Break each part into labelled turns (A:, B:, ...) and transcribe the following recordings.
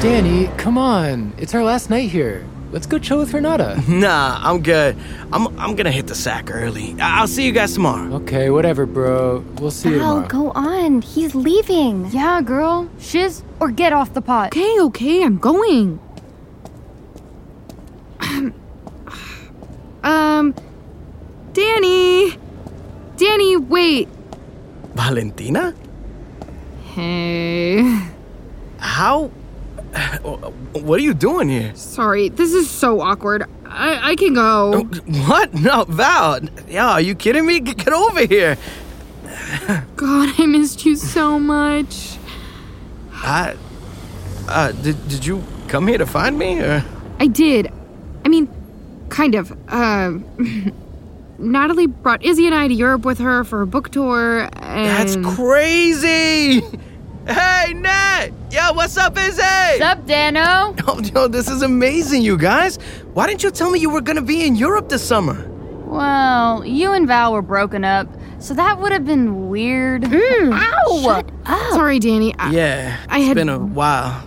A: Danny, come on. It's our last night here. Let's go chill with Renata.
B: Nah, I'm good. I'm I'm gonna hit the sack early. I- I'll see you guys tomorrow.
A: okay, whatever, bro. We'll see you
C: Al,
A: tomorrow.
C: Oh, go on. He's leaving.
D: Yeah, girl. Shiz
C: Or get off the pot.
D: Okay, okay, I'm going. um, Danny, Danny, wait.
B: Valentina?
D: Hey,
B: How? What are you doing here?
D: sorry, this is so awkward. I I can
B: Oh.
D: go.
B: What? No, Val. Yeah, are you kidding me? G- Get over here.
D: God, I missed you so much.
B: I. Uh, did did you come here to find me or?
D: I did. I mean, kind of. Um, Natalie brought Izzy and I to Europe with her for a book tour. And
B: That's crazy. Hey, Nat. Yo, what's up, Izzy?
C: Up, Dano.
B: Oh, yo, this is amazing, you guys. Why didn't you tell me you were gonna be in Europe this summer?
C: Well, you and Val were broken up, so that would have been weird. Ow! Shut up.
D: Sorry, Danny. Uh, I,
B: Yeah,
D: I
B: it's
D: had-
B: been a while,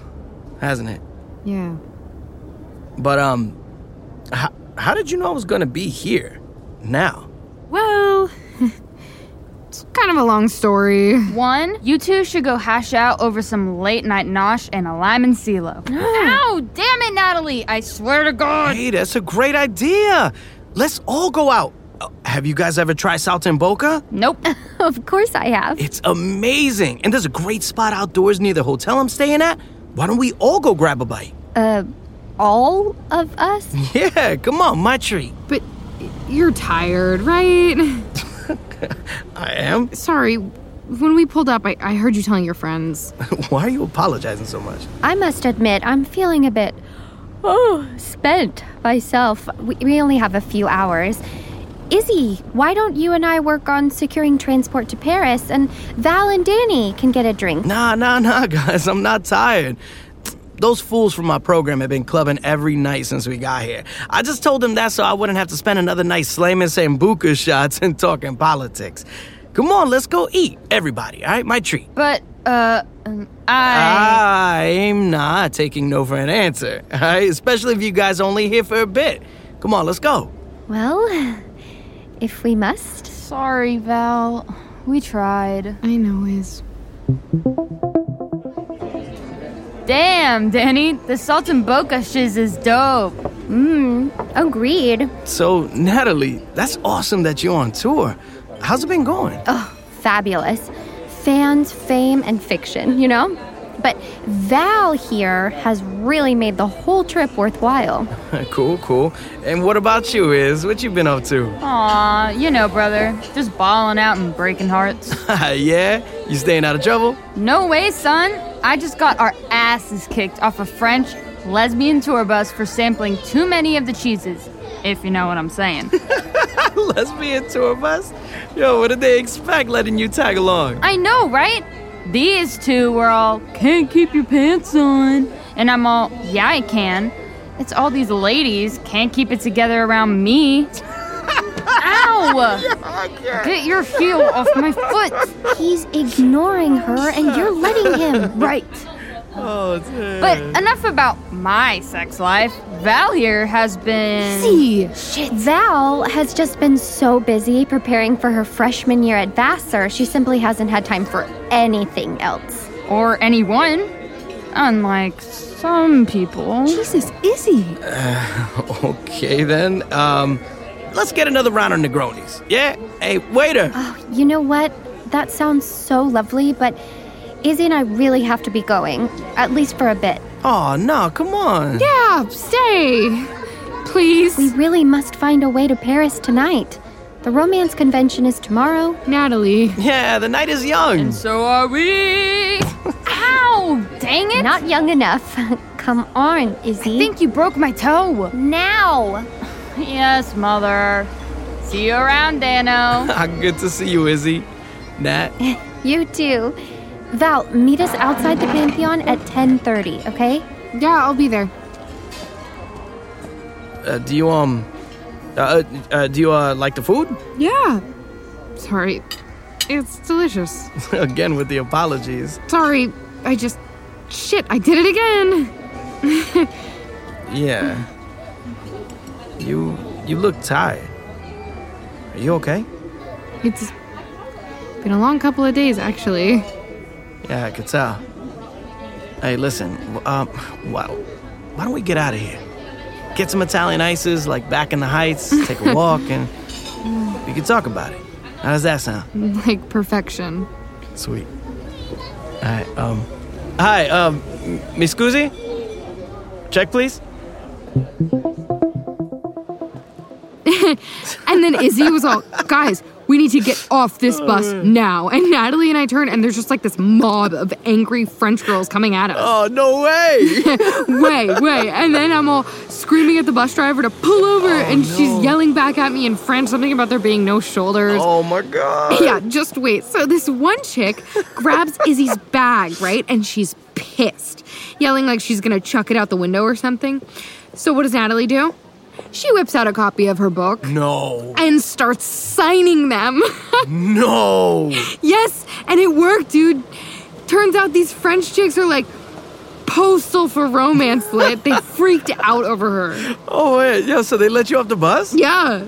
B: hasn't it?
D: yeah.
B: But um, how, how did you know I was gonna be here now?
D: Well, it's kind of a long story.
C: One, you two should go hash out over some late night nosh and a lime and CeeLo. Ow! Damn it, Natalie! I swear to God.
B: Hey, that's a great idea. Let's all go out. Uh, Have you guys ever tried Salta and Boca?
C: Nope.
E: Of course I have.
B: It's amazing, and there's a great spot outdoors near the hotel I'm staying at. Why don't we all go grab a bite?
E: Uh, all of us?
B: Yeah, come on, my treat.
D: But you're tired, right?
B: I am.
D: Sorry. When we pulled up, I, I heard you telling your friends.
B: Why are you apologizing so much?
E: I must admit, I'm feeling a bit, oh, spent myself. We, we only have a few hours. Izzy, why don't you and I work on securing transport to Paris and Val and Danny can get a drink?
B: Nah, nah, nah, guys. I'm not tired. Those fools from my program have been clubbing every night since we got here. I just told them that so I wouldn't have to spend another night slamming Sambuca shots and talking politics. Come on, let's go eat, everybody, all right? My treat.
C: But, uh, um, I.
B: I'm not taking no for an answer, all right? Especially if you guys only here for a bit. Come on, let's go.
E: Well, if we must.
C: Sorry, Val. We tried.
D: I know, is.
C: Damn, Danny. The salt and boca shiz is dope.
E: Agreed.
B: So, Natalie, that's awesome that you're on tour. How's it been going?
E: Fabulous. Fans, fame, and fiction, you know? But Val here has really made the whole trip worthwhile.
B: cool, cool. And what about you, Iz? What you been up to?
C: Aw, you know, brother. Just balling out and breaking hearts.
B: Uh, yeah? You staying out of trouble?
C: no way, son. I just got our asses kicked off a French lesbian tour bus for sampling too many of the cheeses, if you know what I'm saying.
B: Lesbian tour bus? Yo, what did they expect letting you tag along?
C: I know, right? These two were all, can't keep your pants on. And I'm all, yeah, I can. It's all these ladies can't keep it together around me. Ow! Get your heel off my foot.
E: He's ignoring her and you're letting him. Right.
B: Oh, dude.
C: But enough about my sex life. Val here has been.
E: Val has just been so busy preparing for her freshman year at Vassar, she simply hasn't had time for anything else.
C: Or anyone. Unlike some people.
D: Jesus, Izzy.
B: okay then. Um, let's get another round of Negronis. Yeah? Hey, waiter.
E: You know what? That sounds so lovely, but Izzy and I really have to be going, at least for a bit.
B: Oh, no, come on. Yeah.
D: Yeah, stay.
E: We
D: Please.
E: really must find a way to Paris tonight. The romance convention is tomorrow.
D: Natalie.
B: Yeah, the night is young.
C: So are we. Ow! Dang it!
E: Not young enough. Come on, Izzy.
C: I think you broke my toe.
E: now.
C: Yes, mother. See you around, Dano.
B: Ah, Good to see you, Izzy. Nat.
E: You too. Val, meet us outside the Pantheon at 10:30, okay?
D: Yeah, I'll be there.
B: Uh, do you um, uh, uh, do you uh, like the food?
D: Yeah. Sorry. It's delicious.
B: Again with the apologies.
D: Sorry. I just. Shit, I did it again.
B: Yeah. You you look tired. Are you okay?
D: It's been a long couple of days, actually.
B: Yeah, I could tell. Hey, listen. w- Um, why why don't we get out of here? Get some Italian ices, like back in the Heights. Take a walk, and we can talk about it. How does that sound?
D: Like perfection.
B: Sweet. All right. Um. Hi. Um. m- Mi scusi? Check, please.
D: And then Izzy was all, guys, we need to get off this bus now. And Natalie and I turn, and there's just like this mob of angry French girls coming at us.
B: Oh no way!
D: Way, way. And then I'm all screaming at the bus driver to pull over, and she's yelling back at me in French something about there being no shoulders.
B: oh my god!
D: Yeah, just wait. So this one chick grabs Izzy's bag, right? And she's pissed, yelling like she's gonna chuck it out the window or something. So what does Natalie do? She whips out a copy of her book
A: Mm.
B: No!
D: and starts signing them.
B: No!
D: yes, and it worked, dude. Turns out these French chicks are like postal for romance lit. They freaked out over her.
B: Oh wait, yo, so they let you off the bus?
D: Yeah.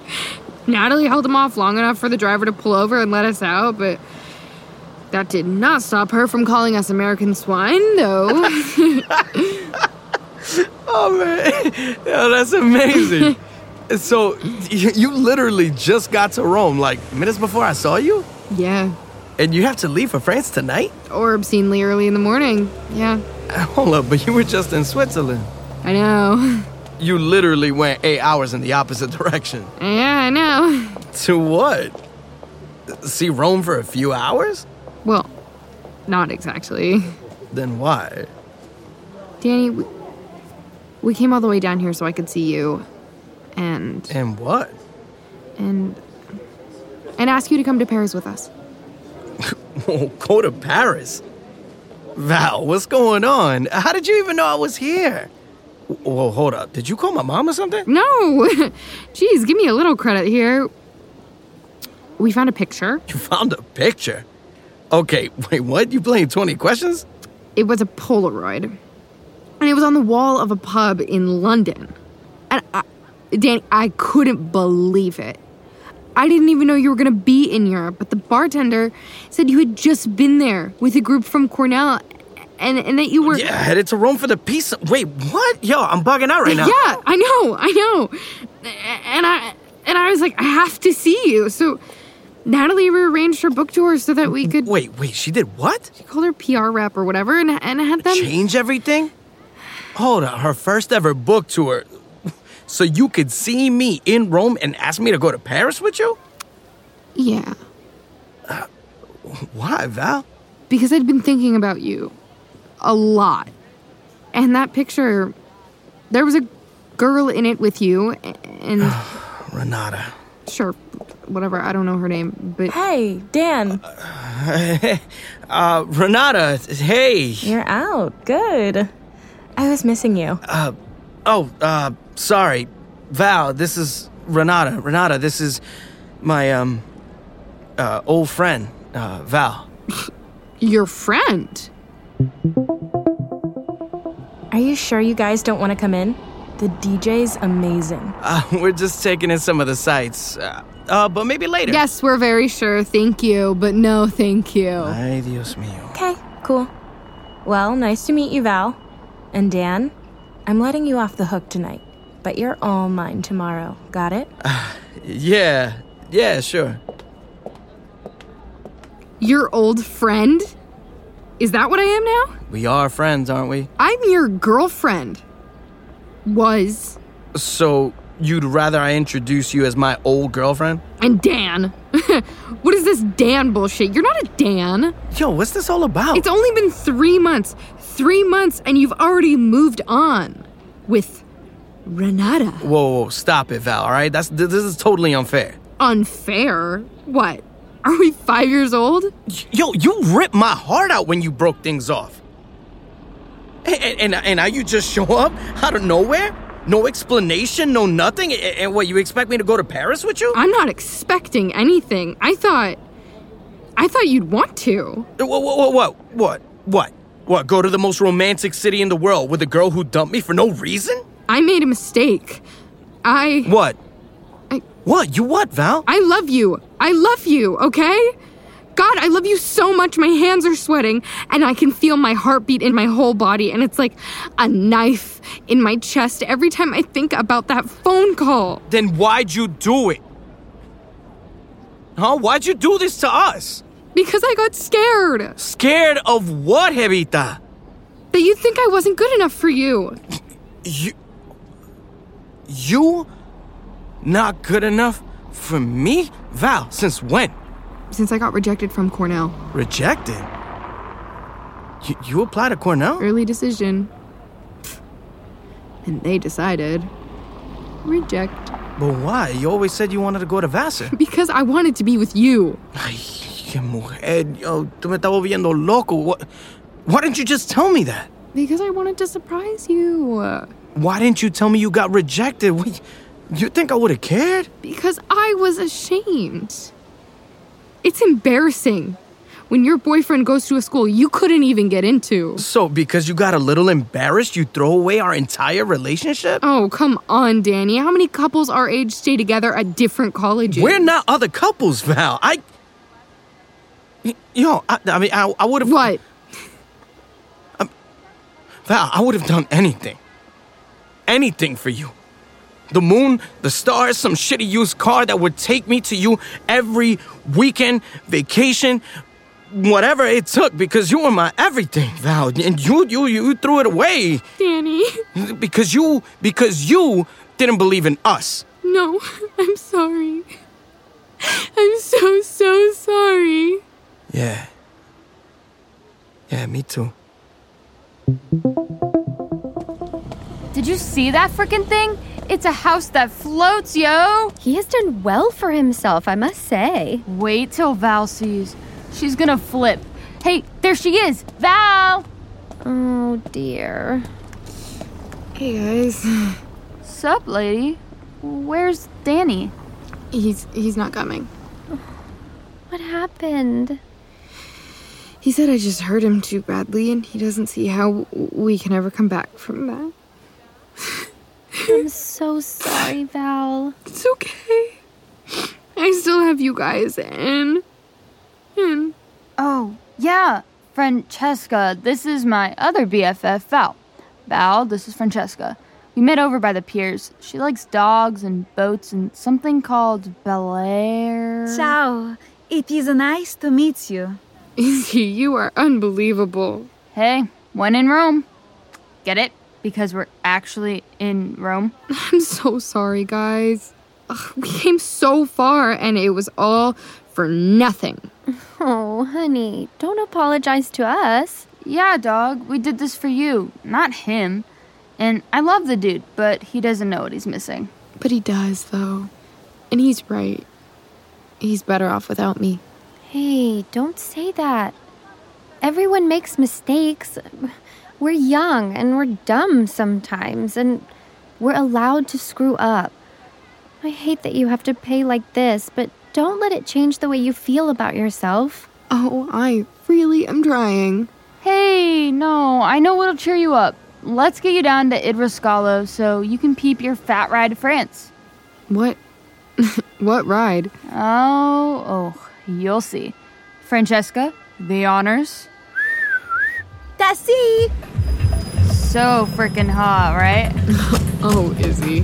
D: Natalie held them off long enough for the driver to pull over and let us out, but that did not stop her from calling us American swine, though.
B: Oh man, yo, that's amazing. so you, you literally just got to Rome like minutes before I saw you,
D: yeah.
B: and you have to leave for France tonight?
D: Or obscenely early in the morning. Yeah.
B: Hold up, but you were just in Switzerland.
D: I know.
B: You literally went eight hours in the opposite direction.
D: Yeah, I know.
B: To what? See Rome for a few hours?
D: Well, not exactly.
B: Then why?
D: Danny, we, we came all the way down here so I could see you and
B: And what?
D: and and ask you to come to Paris with us.
B: Oh, go to Paris. Val, what's going on? How did you even know I was here? Whoa, hold up. Did you call my mom or something?
D: No. Jeez, give me a little credit here. We found a picture.
B: You found a picture. Okay, wait, what? You playing 20 questions?
D: It was a Polaroid. And it was on the wall of a pub in London. And I, Danny, I couldn't believe it. I didn't even know you were going to be in Europe, but the bartender said you had just been there with a group from Cornell and, and that you were.
B: Yeah, headed to Rome for the peace. Wait, what? Yo, I'm bugging out right now.
D: Yeah, I know, I know. And I and I was like, I have to see you. So Natalie rearranged her book tour so that we could
B: Wait, wait, she did what?
D: call her PR rep or whatever, and and had them.
B: Change everything? Hold up, her first ever book tour. So you could see me in Rome and ask me to go to Paris with you?
D: Yeah,
B: Why, Val?
D: because I'd been thinking about you a lot, and that picture, there was a girl in it with you, and
B: Renata.
D: sure, whatever. I don't know her name, but
F: Hey, Dan,
B: Uh, Renata, hey.
F: you're out. Good. I was missing you.
B: Oh, uh, sorry. Val, this is Renata. Renata, this is my, um, uh, old friend, uh, Val.
D: your friend.
F: Are you sure you guys don't want to come in? The DJ's amazing.
B: Uh, we're just taking in some of the sights. Uh, uh, but maybe later.
D: Yes, we're very sure. Thank you, but no, thank you.
B: Ay, Dios mío.
F: Okay, cool. Well, nice to meet you, Val. And Dan, I'm letting you off the hook tonight, but you're all mine tomorrow. Got it?
B: Yeah, yeah, sure.
D: Your old friend? Is that what I am now?
B: We are friends, aren't we?
D: I'm your girlfriend. Was.
B: So You'd rather I introduce you as my old girlfriend?
D: And Dan. what is this Dan bullshit? You're not a Dan.
B: Yo, what's this all about?
D: It's only been three months. Three months, and you've already moved on with Renata.
B: whoa, whoa, stop it, Val. All right, that's th- this is totally unfair.
D: Unfair? What? Are we five years old?
B: Yo, you ripped my heart out when you broke things off. And and, and now you just show up out of nowhere, no explanation, no nothing. And, and what you expect me to go to Paris with you?
D: I'm not expecting anything. I thought. I thought you'd want to.
B: What, what, what, what, what, what? Go to the most romantic city in the world with a girl who dumped me for no reason?
D: I made a mistake. I.
B: What?
D: I-
B: What? You what, Val?
D: I love you. I love you, okay? God, I love you so much. My hands are sweating and I can feel my heartbeat in my whole body. And it's like a knife in my chest every time I think about that phone call.
B: then why'd you do it? Huh? Why'd you do this to us?
D: Because I got scared
B: Scared of what, Jevita?
D: that you'd think I wasn't good enough for you.
B: You. You. Not good enough for me? Val, since when?
D: Since I got rejected from Cornell,
B: Rejected? You, you applied to Cornell?
D: early decision. And they decided reject.
B: But why? You always said you wanted to go to Vassar.
D: Because I wanted to be with you.
B: Ay, qué mujer. Yo, tú me estás volviendo loco. What, why didn't you just tell me that?
D: Because I wanted to surprise you.
B: Why didn't you tell me you got rejected? What, you think I would have cared?
D: Because I was ashamed. It's embarrassing when your boyfriend goes to a school you couldn't even get into.
B: So, because you got a little embarrassed, you throw away our entire relationship?
D: Oh, come on, Danny. How many couples our age stay together at different colleges?
B: We're not other couples, Val. I. Y- Yo, I, I mean, I, I would have.
D: What?
B: Val, I would have done anything. Anything for you. The moon, the stars, some shitty used car that would take me to you every weekend, vacation, whatever it took, because you were my everything, Val. And you, you, you threw it away
D: Danny.
B: because you, because you didn't believe in us.
D: No, I'm sorry. I'm so, so sorry.
B: Yeah. Yeah, me too.
C: Did you see that freaking thing? It's a house that floats, yo!
E: He has done well for himself, I must say.
C: Wait till Val sees. She's gonna flip. Hey, there she is! Val!
E: Oh dear.
D: Hey, guys.
C: Sup, lady? Where's Danny?
D: He's he's not coming.
E: What happened?
D: He said I just hurt him too badly and he doesn't see how we can ever come back from that.
E: I'm so sorry, Val.
D: It's okay. I still have you guys and and
C: Oh, yeah, Francesca. This is my other BFF, Val. Val, this is Francesca. We met over by the piers. She likes dogs and boats and something called Bel Air.
G: Ciao. It is nice to meet you.
D: Izzy, you are unbelievable.
C: Hey, when in Rome. Get it? Because we're actually in Rome.
D: I'm so sorry, guys. Ugh, we came so far and it was all for nothing.
E: Oh, honey, don't apologize to us.
C: Yeah, dog, we did this for you, not him. And I love the dude, but he doesn't know what he's missing.
D: But he does, though. And he's right. He's better off without me.
E: Hey, don't say that. Everyone makes mistakes. We're young and we're dumb sometimes, and we're allowed to screw up. I hate that you have to pay like this, but don't let it change the way you feel about yourself.
D: Oh, I really am trying.
C: Hey, no, I know what'll cheer you up. Let's get you down to Idriscalo so you can peep your fat ride to France.
D: What? what ride?
C: Oh, oh, you'll see. Francesca, the honors.
G: Tassi!
C: So freaking hot, right?
D: Oh, Izzy.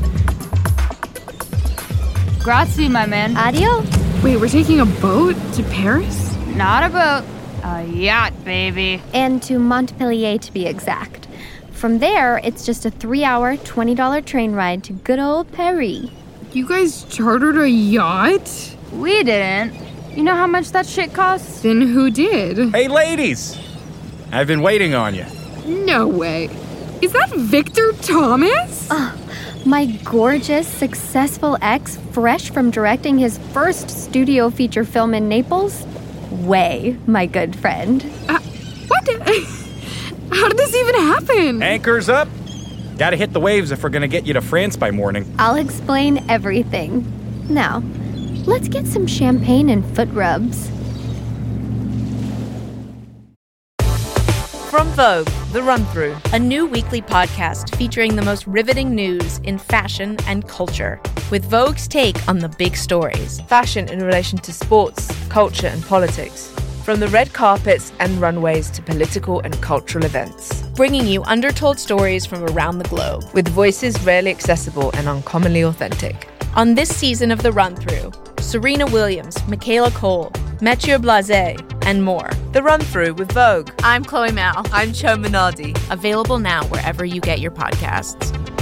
C: Grazie, my man.
E: Adio?
D: Wait, we're taking a boat to Paris?
C: Not a boat, a yacht, baby.
E: And to Montpellier, to be exact. From there, it's just a three hour, $20 train ride to good old Paris.
D: You guys chartered a yacht?
C: We didn't. You know how much that shit costs?
D: Then who did?
B: Hey, ladies! I've been waiting on you.
D: No way. Is that Victor Thomas?
E: My gorgeous, successful ex, fresh from directing his first studio feature film in Naples? Way, my good friend.
D: what? How did this even happen?
B: Anchors up! Gotta hit the waves if we're gonna get you to France by morning.
E: I'll explain everything. Now, let's get some champagne and foot rubs.
F: From Vogue, The Run Through, a new weekly podcast featuring the most riveting news in fashion and culture, with Vogue's take on the big stories.
H: fashion in relation to sports, culture, and politics, from the red carpets and runways to political and cultural events,
F: bringing you undertold stories from around the globe.
H: with voices rarely accessible and uncommonly authentic.
F: On this season of The Run Through, Serena Williams, Michaela Cole, Mathieu Blase, and more.
H: The run through with Vogue.
F: I'm Chloe Mao.
H: I'm Cho Minardi.
F: Available now wherever you get your podcasts.